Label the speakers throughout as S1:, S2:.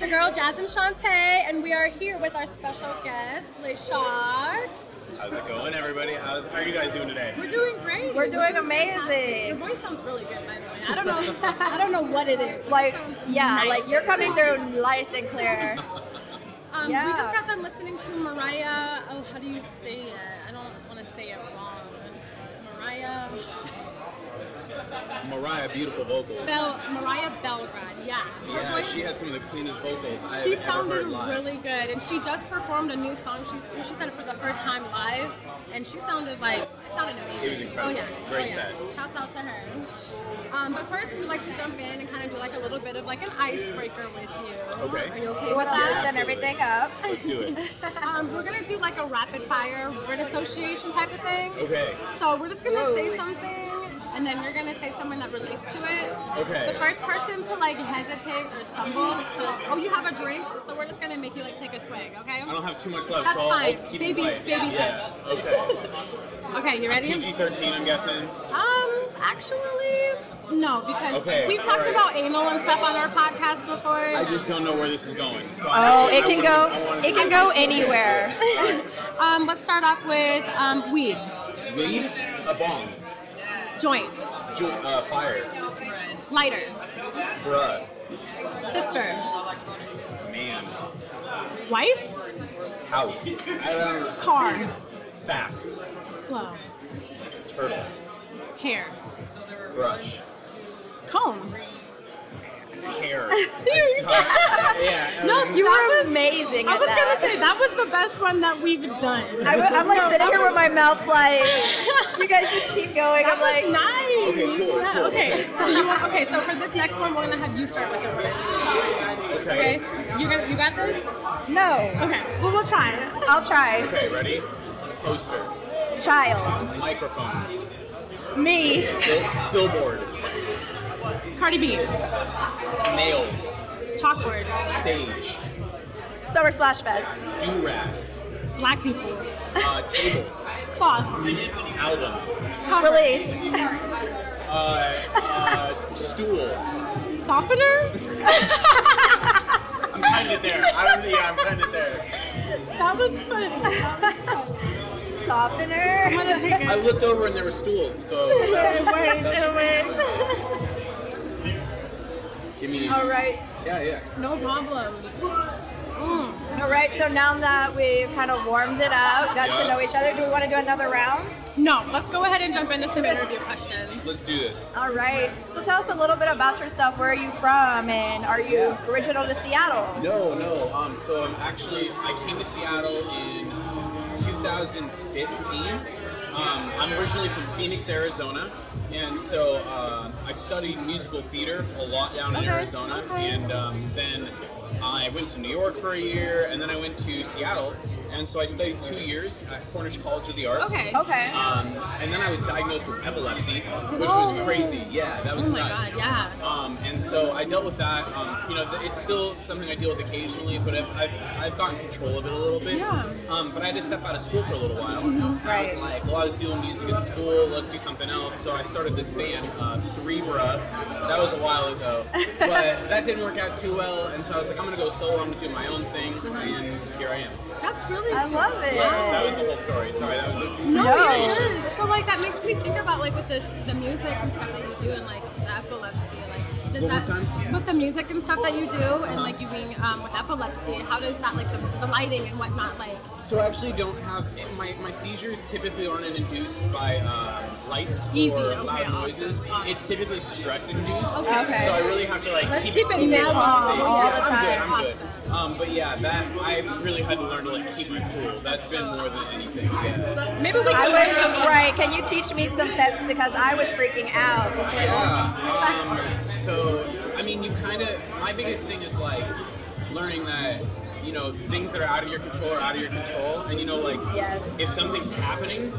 S1: Daryl, Jazz, and Shantae, and we are here with our special guest, LeShark.
S2: How's it going, everybody? How's, how are you guys doing today?
S1: We're doing great.
S3: We're doing
S1: Your
S3: amazing.
S1: voice sounds really good, by the way. I don't know. I don't know what it is.
S3: Like, yeah, like you're coming through nice and clear.
S1: Um, We
S3: yeah.
S1: just got done listening to Mariah. Oh, how do you say it? I don't want to say it wrong. Mariah.
S2: Mariah, beautiful vocals.
S1: Bel- Mariah Belgrad. Yeah. Her
S2: Yeah,
S1: voice-
S2: she had some of the cleanest vocals I
S1: she
S2: have ever
S1: sounded
S2: heard live.
S1: really good, and she just performed a new song. She she said it for the first time live, and she sounded like it sounded amazing.
S2: It was incredible.
S1: Oh yeah,
S2: Great
S1: oh, yeah.
S2: set.
S1: Shouts out to her. Um, but first, we'd like to jump in and kind of do like a little bit of like an icebreaker with you.
S2: Okay.
S1: Are you okay
S3: You
S1: with
S3: want to
S1: that?
S3: loosen everything up.
S2: Let's do it.
S1: Um, we're gonna do like a rapid fire word association type of thing.
S2: Okay.
S1: So we're just gonna say
S3: Whoa.
S1: something, and then you're gonna say something that relates to it.
S2: Okay.
S1: The first person to like hesitate or stumble, is just oh, you have a drink, so we're just gonna make you like take a swig, okay?
S2: I don't have too much left,
S1: That's
S2: so I'll, I'll
S1: fine.
S2: keep
S1: Baby-
S2: it light.
S1: baby
S2: yeah. Okay.
S1: Okay, you ready?
S2: PG-13, I'm guessing.
S1: Um, actually, no, because
S2: Okay,
S1: we've talked
S2: alright.
S1: about anal and stuff on our podcast before.
S2: I just don't know where this is going. So
S3: Oh,
S2: I,
S3: it
S2: I
S3: can
S2: wanna- I
S3: go.
S2: wanna
S3: It
S2: do
S3: can
S2: this.
S3: go
S2: Okay.
S3: anywhere.
S1: um, let's start off with um, weed,
S2: Lead a bomb.
S1: joint,
S2: Ju- uh, fire.
S1: lighter,
S2: Bruh.
S1: sister,
S2: Man.
S1: wife,
S2: House. I don't
S1: car,
S2: Fast.
S1: slow,
S2: Turtle.
S1: hair,
S2: Brush.
S1: comb.
S2: Hair. I suck. yeah.
S1: No,
S2: um,
S1: you
S3: You
S1: were.
S3: were amazing
S1: I
S3: at
S1: was gonna
S3: that.
S1: say that was the best one that we've done.
S3: I am like sitting here with my mouth like, you guys just keep going.
S1: That
S3: I'm
S1: was
S3: like,
S1: nice.
S2: Okay, cool,
S1: Yeah,
S2: cool,
S1: okay. Do you want? Okay, so for this next one, we're gonna have you start with the word. Okay.
S2: Okay.
S1: You got. You got this.
S3: no.
S1: Okay. Well, we'll try.
S3: I'll try.
S2: Okay, ready? Poster.
S3: Child.
S2: Microphone.
S3: Me.
S2: Bill- billboard.
S1: Cardi B.
S2: Nails.
S1: Chalkboard.
S2: Stage.
S3: Summer Splash Fest.
S2: Do rag.
S1: Black people.
S2: Uh, table.
S1: Cloth.
S2: Album.
S1: Cover.
S3: Release.
S2: Uh, uh, s- stool.
S1: Softener.
S2: I'm kind of there. I don't, yeah, I'm kind of there.
S1: That was fun. I'm
S3: Softener.
S1: gonna take
S2: I
S1: it.
S2: looked over and there were stools, so
S1: It worked. It worked.
S2: give me.
S3: All right.
S2: Yeah, yeah.
S1: No problem. Mm.
S3: All right. So now that we've kind of warmed it up, got to
S2: Yeah.
S3: know each other, do we want to do another round?
S1: No, let's go ahead and jump into some interview questions.
S2: Let's do this.
S3: All right. So tell us a little bit about yourself. Where are you from, and are you
S2: Yeah.
S3: original to Seattle?
S2: No, no. Um, so I'm actually I came to Seattle in 2015. Um, I'm originally from Phoenix, Arizona, and so um I studied musical theater a lot down in
S3: Okay,
S2: Arizona,
S3: okay.
S2: and um, then I went to New York for a year, and then I went to Seattle, and so I studied two years at Cornish College of the Arts.
S1: Okay.
S3: Okay.
S2: Um, and then I was diagnosed with epilepsy, which was crazy. Yeah, that was
S1: Oh my
S2: nuts.
S1: God, yeah.
S2: Um, and so I dealt with that. Um, you know, th- it's still something I deal with occasionally, but I've, I've, I've gotten control of it a little bit.
S1: Yeah.
S2: Um, but I had to step out of school for a little while.
S3: Mm-hmm.
S2: And I was
S3: Right.
S2: like, well, I was doing music in school. Let's do something else. So I started this band, uh, Three Bruh. That was a while ago, but that didn't work out too well. And so I was like, I'm gonna go solo. I'm gonna do my own thing, and here I am.
S1: That's really
S3: I love it.
S2: Yeah, that was the whole story. Sorry, that was a
S1: No,
S3: No.
S1: you're good. So like that makes me think about like with this the music and stuff that you do and like the epilepsy. Like does
S2: One more
S1: that
S2: time?
S1: with the music and stuff that you do and like you being um, with epilepsy, how does that like the, the lighting and whatnot like?
S2: So I actually don't have my, my seizures typically aren't induced by uh, lights
S1: Easy,
S2: or
S1: okay,
S2: loud
S1: awesome,
S2: noises.
S1: awesome.
S2: It's typically stress induced.
S1: Okay.
S3: Okay.
S2: So I really have to like
S1: Let's
S2: keep,
S1: keep it
S2: cool
S1: mellow
S2: on stage.
S3: all
S2: yeah,
S3: the
S2: I'm
S1: time.
S2: good. I'm good. Um, but yeah, that I really had to learn to like keep my cool. That's been more than anything. Yeah.
S1: Maybe we
S3: I
S1: can
S3: wish. Right. Can you teach me some tips because I was freaking out.
S2: Yeah. Um, so I mean, you kind of. My biggest thing is like learning that you know, things that are out of your control are out of your control. And you know, like
S3: Yes.
S2: if something's happening,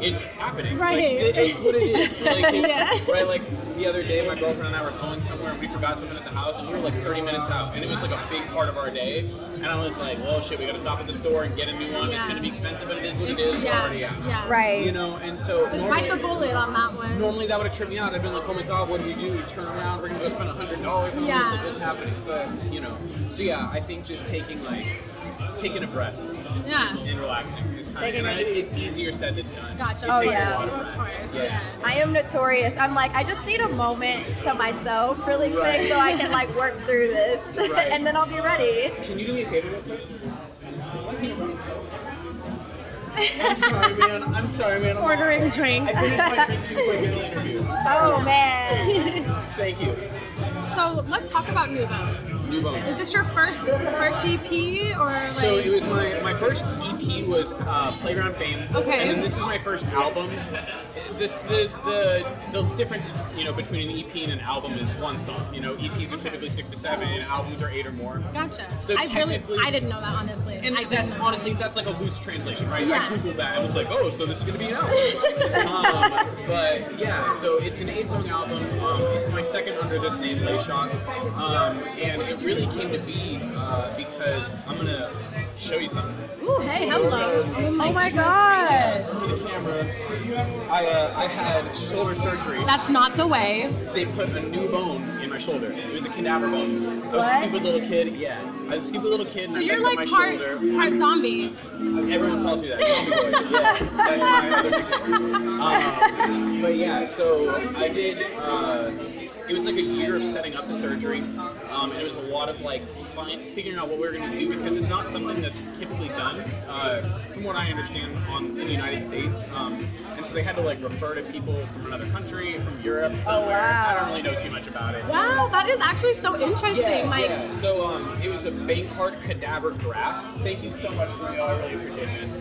S2: it's happening.
S1: Right.
S2: Like, it- it's what it is. Like,
S1: Yeah.
S2: Right. Like the other day, my girlfriend and I were going somewhere, and we forgot something at the house, and we were like 30 minutes out, and it was like a big part of our day. And I was like, well, shit, we got to stop at the store and get a new one. It's
S1: Yeah.
S2: gonna be expensive, but it is what it
S1: It's-
S2: is. We're
S1: yeah,
S2: already out.
S1: yeah.
S3: Right.
S2: You know, and so
S1: Just
S2: normally-
S1: bite the bullet on that one.
S2: Normally that would have tripped me out. I'd been like, oh my god, what do we do? We turn around, we're gonna go spend hundred dollars on
S1: Yeah.
S2: this. Like, what's happening? But you know, so yeah, I think just taking like taking a breath
S1: Yeah.
S2: and relaxing is kind
S3: Taking
S2: of.
S3: it
S2: And it's easier said than done.
S1: Gotcha.
S2: It
S3: Oh,
S2: takes
S3: yeah.
S2: a lot
S1: Of
S2: of
S1: course.
S2: breath.
S1: Yeah.
S3: I am notorious. I'm like, I just need a moment to myself really quick
S2: Right.
S3: so I can like work through this
S2: Right.
S3: and then I'll be ready.
S2: Can you do me a favor real quick? I'm sorry, man. I'm sorry, man. I'm
S1: Ordering
S2: I
S1: drink.
S2: finished my drink too quick in the interview. I'm sorry.
S3: Oh man. Oh,
S2: Thank you.
S1: So let's talk about Nuvo.
S2: New bone.
S1: Is this your first first EP or like?
S2: So it was my my first EP was uh, Playground Fame.
S1: Okay.
S2: And then this is my first album. The, the the the difference you know between an EP and an album is one song. You know, EPs are typically six to seven, and albums are eight or more.
S1: gotcha.
S2: So
S1: I
S2: technically-
S1: really, I didn't know that honestly.
S2: And
S1: I didn't
S2: that's
S1: know.
S2: honestly that's like a loose translation, right?
S1: Yeah.
S2: I googled that. I was like, oh, so this is gonna be an album. um, but yeah, so it's an eight-song album. Um, it's my second under this name, Lay Shock, um, and it really came to be uh, because I'm gonna show you something.
S1: Ooh, hey, hello. Oh my,
S3: Oh my god.
S2: for the camera. I, uh, I had shoulder surgery.
S1: That's not the way.
S2: They put a new bone in my shoulder. It was a cadaver bone. I was
S3: What?
S2: a stupid little kid. Yeah, I was a stupid little kid. And
S1: So
S2: I
S1: you're
S2: messed up
S1: like
S2: my
S1: part
S2: shoulder.
S1: part zombie.
S2: Everyone calls me that. Zombie boy. Yeah, that's my other nickname. um, But yeah, so I did. Uh, it was like a year of setting up the surgery, um, and it was a lot of like find, figuring out what we were going to do because it's not something that's typically done, uh, from what I understand, on, in the United States. Um, and so they had to like refer to people from another country, from Europe, somewhere.
S3: wow.
S2: I don't really know too much about it.
S1: Wow, that is actually so interesting. like
S2: yeah. So um, it was a Bankcard cadaver graft. Thank you so much for y'all. I really appreciate this.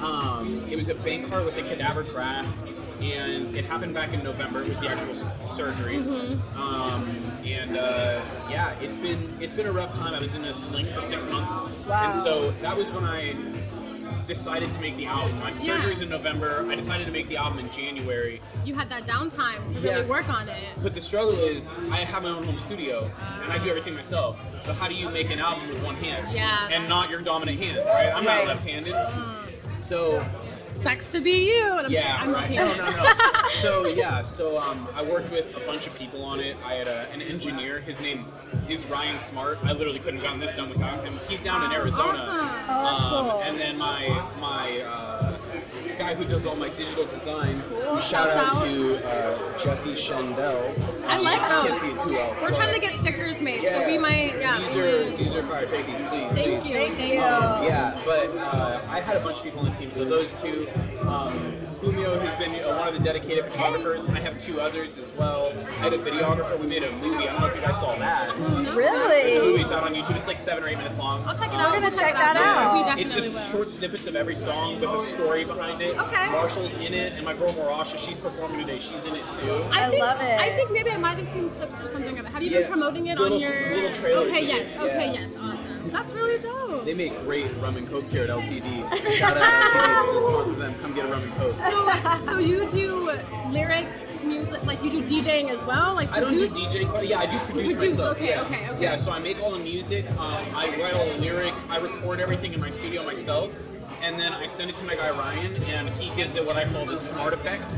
S2: Um, it was a Bankcard with a cadaver graft, and it happened back in November. It was the actual s- surgery.
S1: Mm-hmm.
S2: Um, and uh, yeah, it's been it's been a rough time. I was in a sling for six months,
S3: Wow.
S2: and so that was when I decided to make the album. My
S1: Yeah.
S2: surgery's in November. I decided to make the album in January.
S1: you had that downtime to really
S2: Yeah.
S1: work on it.
S2: But the struggle is, I have my own home studio and I do everything myself. So how do you make an album with one hand?
S1: Yeah.
S2: And not your dominant hand, right? I'm not
S3: Right.
S2: left-handed. So
S1: Sucks to be you. And Mm. I'm
S2: yeah,
S1: I'm
S2: right.
S1: kidding.
S2: No, no, no. so yeah, so um, I worked with a bunch of people on it. I had a, an engineer. His name is Ryan Smart. I literally couldn't have gotten this done without him. He's down in Arizona.
S1: Awesome.
S3: Oh, that's
S2: Um,
S3: cool.
S2: And then my my uh, guy who does all my digital design. Shout
S1: Shout
S2: out,
S1: out.
S2: to uh, Jesse Shandell.
S1: I like
S2: I can't
S1: those.
S2: see it too well.
S1: We're
S2: but-
S1: trying to get stickers made,
S2: Yeah.
S1: so we might. Yeah.
S2: These
S1: we
S2: are
S1: might-
S2: these are fire. Take these, please.
S1: Thank
S2: please.
S1: you.
S3: Thank
S1: Thank
S3: you.
S1: you.
S2: Um, yeah, but uh, I had a bunch of people on the team, so those two. Um, Julio has been uh, one of the dedicated photographers, and I have two others as well. I had a videographer. We made a movie. I don't know if you guys saw that. There's a movie.
S3: Really?
S2: It's out on YouTube. It's like seven or eight minutes long.
S1: I'll check it
S2: Um,
S1: out.
S3: We're gonna
S1: We'll
S3: check
S1: it
S3: that out.
S1: We
S3: It's
S1: definitely
S2: It's just
S1: will.
S2: short snippets of every song with a story behind it.
S1: Okay.
S2: Marshall's in it, and my girl Marasha, she's performing today. She's in it too.
S3: I
S1: think,
S3: love it.
S1: I think maybe I might have seen clips or something of it. Have you
S2: Yeah.
S1: been promoting it
S2: Little-
S1: on your
S2: little trailers
S1: Okay,
S2: of
S1: yes.
S2: it,
S1: Okay,
S2: yeah.
S1: yes. Awesome. That's really dope.
S2: They make great rum and cokes here at LTD. Shout out LTD. This is sponsored by them. Come get a rum and coke.
S1: so, so you do lyrics, music, like you do DJing as well, like
S2: I don't do
S1: produce.
S2: DJing, but yeah, I do produce,
S1: Produce,
S2: myself.
S1: okay,
S2: yeah.
S1: okay, okay.
S2: Yeah, so I make all the music, um, I write all the lyrics, I record everything in my studio myself, and then I send it to my guy Ryan, and he gives it what I call the smart effect.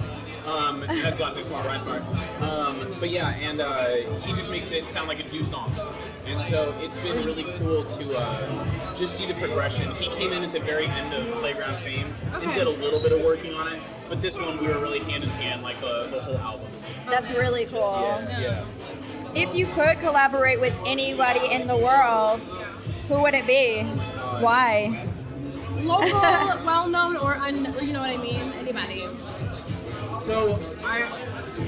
S2: Um, and that's last name smart, Ryan Smart. Um, but yeah, and uh, he just makes it sound like a new song. And so it's been really cool to uh, just see the progression. He came in at the very end of Playground Fame and
S1: Okay.
S2: did a little bit of working on it, but this one we were really hand in hand, like uh, the, the whole album.
S3: That's really cool.
S2: Yeah, yeah.
S3: If you could collaborate with anybody in the world, who would it be? Why?
S1: Local, well-known, or un, you know what I mean? Anybody?
S2: So I,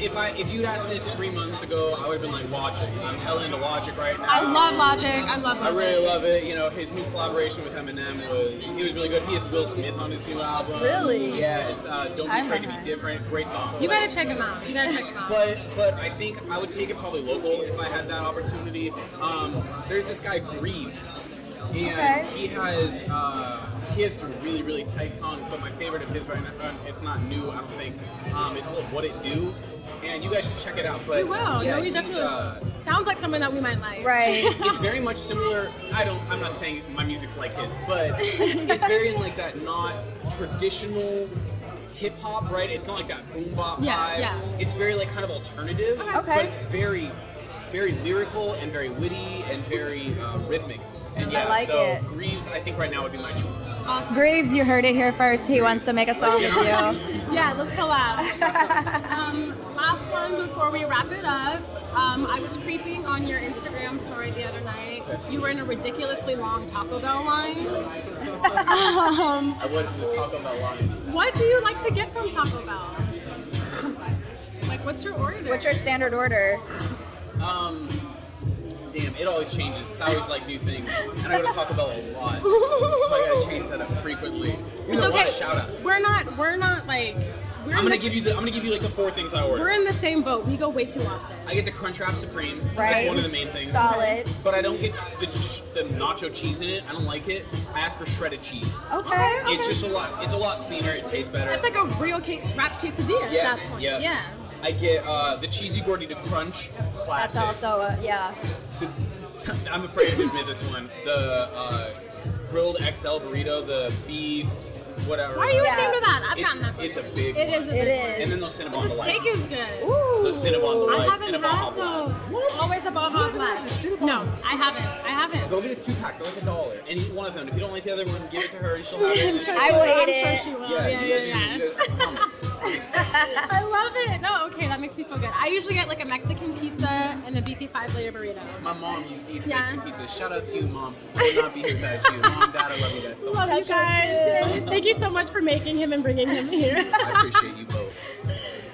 S2: if I, if you'd asked me this three months ago, I would have been like Logic. I'm hella into Logic right now.
S1: I love Logic. I love. Logic.
S2: I really love it. You know, his new collaboration with Eminem was he was really good. He has Will Smith on his new album.
S3: Really?
S2: Yeah, it's uh, Don't Be
S3: I
S2: Afraid to Be
S3: haven't.
S2: Different. Great song.
S1: You gotta check him out. You gotta check him out.
S2: But but I think I would take it probably local if I had that opportunity. Um, there's this guy Greaves. and
S3: Okay.
S2: he has uh, he has some really really tight songs. But my favorite of his right now, uh, it's not new, I don't think. Um, it's called What It Do, and you guys should check it out. But
S1: We will.
S2: yeah,
S1: no, we
S2: he's,
S1: definitely
S2: uh,
S1: sounds like something that we might like.
S3: Right.
S2: it's very much similar. I don't. I'm not saying my music's like his, but it's very in like that not traditional hip hop, right? It's not like that boom bop
S1: Yeah,
S2: vibe.
S1: yeah.
S2: It's very like kind of alternative,
S1: Okay.
S3: Okay.
S2: but it's very, very lyrical and very witty and very uh, rhythmic. And yeah,
S3: I like
S2: so
S3: it.
S2: Greaves, I think right now would be my choice.
S1: Awesome.
S3: Greaves, you heard it here first. He wants to make a song with you.
S1: yeah, let's collab. um, last one before we wrap it up. Um, I was creeping on your Instagram story the other night. You were in a ridiculously long Taco Bell line. um,
S2: I wasn't just talking about lines.
S1: what do you like to get from Taco Bell? Like, what's your order?
S3: What's your standard order?
S2: Um, damn, it always changes because I always like new things, and I go to Taco Bell a lot, so I gotta change that up frequently. We
S1: it's
S2: have a lot
S1: okay.
S2: of shout outs.
S1: We're not. We're not like. We're
S2: I'm
S1: in
S2: gonna
S1: the,
S2: give you the. I'm gonna give you like the four things I
S1: We're
S2: ordered.
S1: in the same boat. We go way too often.
S2: I get the Crunchwrap Supreme.
S3: Right.
S2: That's one of the main things.
S3: Solid.
S2: But I don't get the ch- the nacho cheese in it. I don't like it. I ask for shredded cheese.
S3: Okay.
S1: Okay.
S2: It's just a lot. It's a lot cleaner. It tastes better.
S1: That's like a real case, wrapped quesadilla
S2: yeah,
S1: at that point.
S2: yeah.
S1: Yeah.
S2: I get uh, the cheesy gordita crunch.
S3: That's
S2: Classic.
S3: also a, yeah.
S2: The- I'm afraid to admit this one. The uh, grilled XL burrito, the beef, whatever.
S1: Why are you
S3: Yeah.
S1: ashamed of that? I've
S2: It's,
S1: gotten that.
S2: it's
S1: before.
S2: a big.
S1: It
S2: one.
S1: is. A
S3: It
S1: big
S3: is.
S1: one.
S2: And then they'll cinnamon
S1: But the
S2: delights.
S1: steak is good.
S3: Ooh.
S2: The cinnamon
S1: I
S2: delights and a
S1: haven't
S2: Baja
S1: had
S2: Blast.
S1: those. Always a Baja Blast. No, I haven't. I haven't.
S2: Go get a two pack. They're like a dollar. And eat one of them. If you don't like the other one, give it to her and she'll have it. and she'll-
S3: I will eat
S1: I'm sure
S3: it.
S1: she will.
S2: Yeah,
S1: Yeah,
S2: you
S1: yeah,
S2: guys are-
S1: yeah.
S2: you guys- I promise.
S1: I love it. No, okay, that makes me feel good. I usually get like a Mexican pizza and a beefy five layer burrito.
S2: My mom used to eat
S1: Yeah.
S2: Mexican pizza. Shout out to you, mom. I would not be here without you. Mom, dad, I love you guys so
S1: Love
S2: much.
S1: you
S3: That's so
S1: guys. Thank you so much for making him and bringing him here.
S2: I appreciate you both.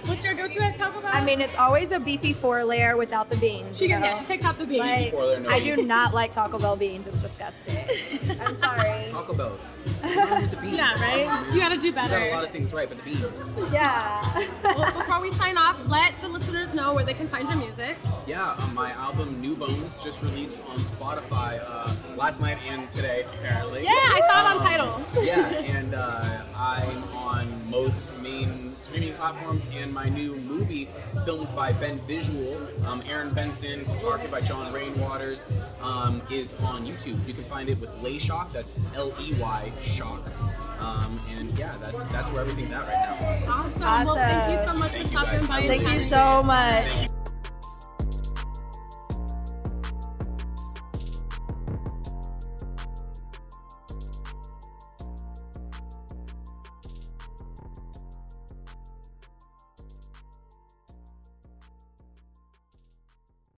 S1: What's your go-to at Taco Bell?
S4: I mean, it's always a beefy four layer without the beans.
S1: she
S4: you
S1: can,
S4: know?
S1: yeah, she takes out the beef.
S4: Like,
S2: Four layer, no
S4: I do
S2: beans.
S4: not like Taco Bell beans. It's disgusting. I'm sorry.
S2: Taco Bell. Mom with the beans.
S1: yeah, right. You gotta do
S2: You got a lot
S1: better.
S2: of things right, but the beans.
S4: Yeah.
S1: Well, before we sign off, let the listeners know where they can find your music.
S2: Yeah, um, my album New Bones just released on Spotify uh, last night and today, apparently.
S1: Yeah, I saw it on
S2: Um,
S1: Tidal.
S2: yeah, and uh, I'm on most main streaming platforms, and my new movie, filmed by Ben Visual, um, Aaron Benson, photography by John Rainwaters, um, is on YouTube. You can find it with Lay Shock, that's L E Y Shock. Um, and yeah, that's that's where everything's at right now.
S1: Awesome. Well, thank you so much
S2: Thank
S1: for
S2: you guys.
S1: stopping by. and
S3: Thank you
S1: chatting.
S3: so much.
S2: Thank you.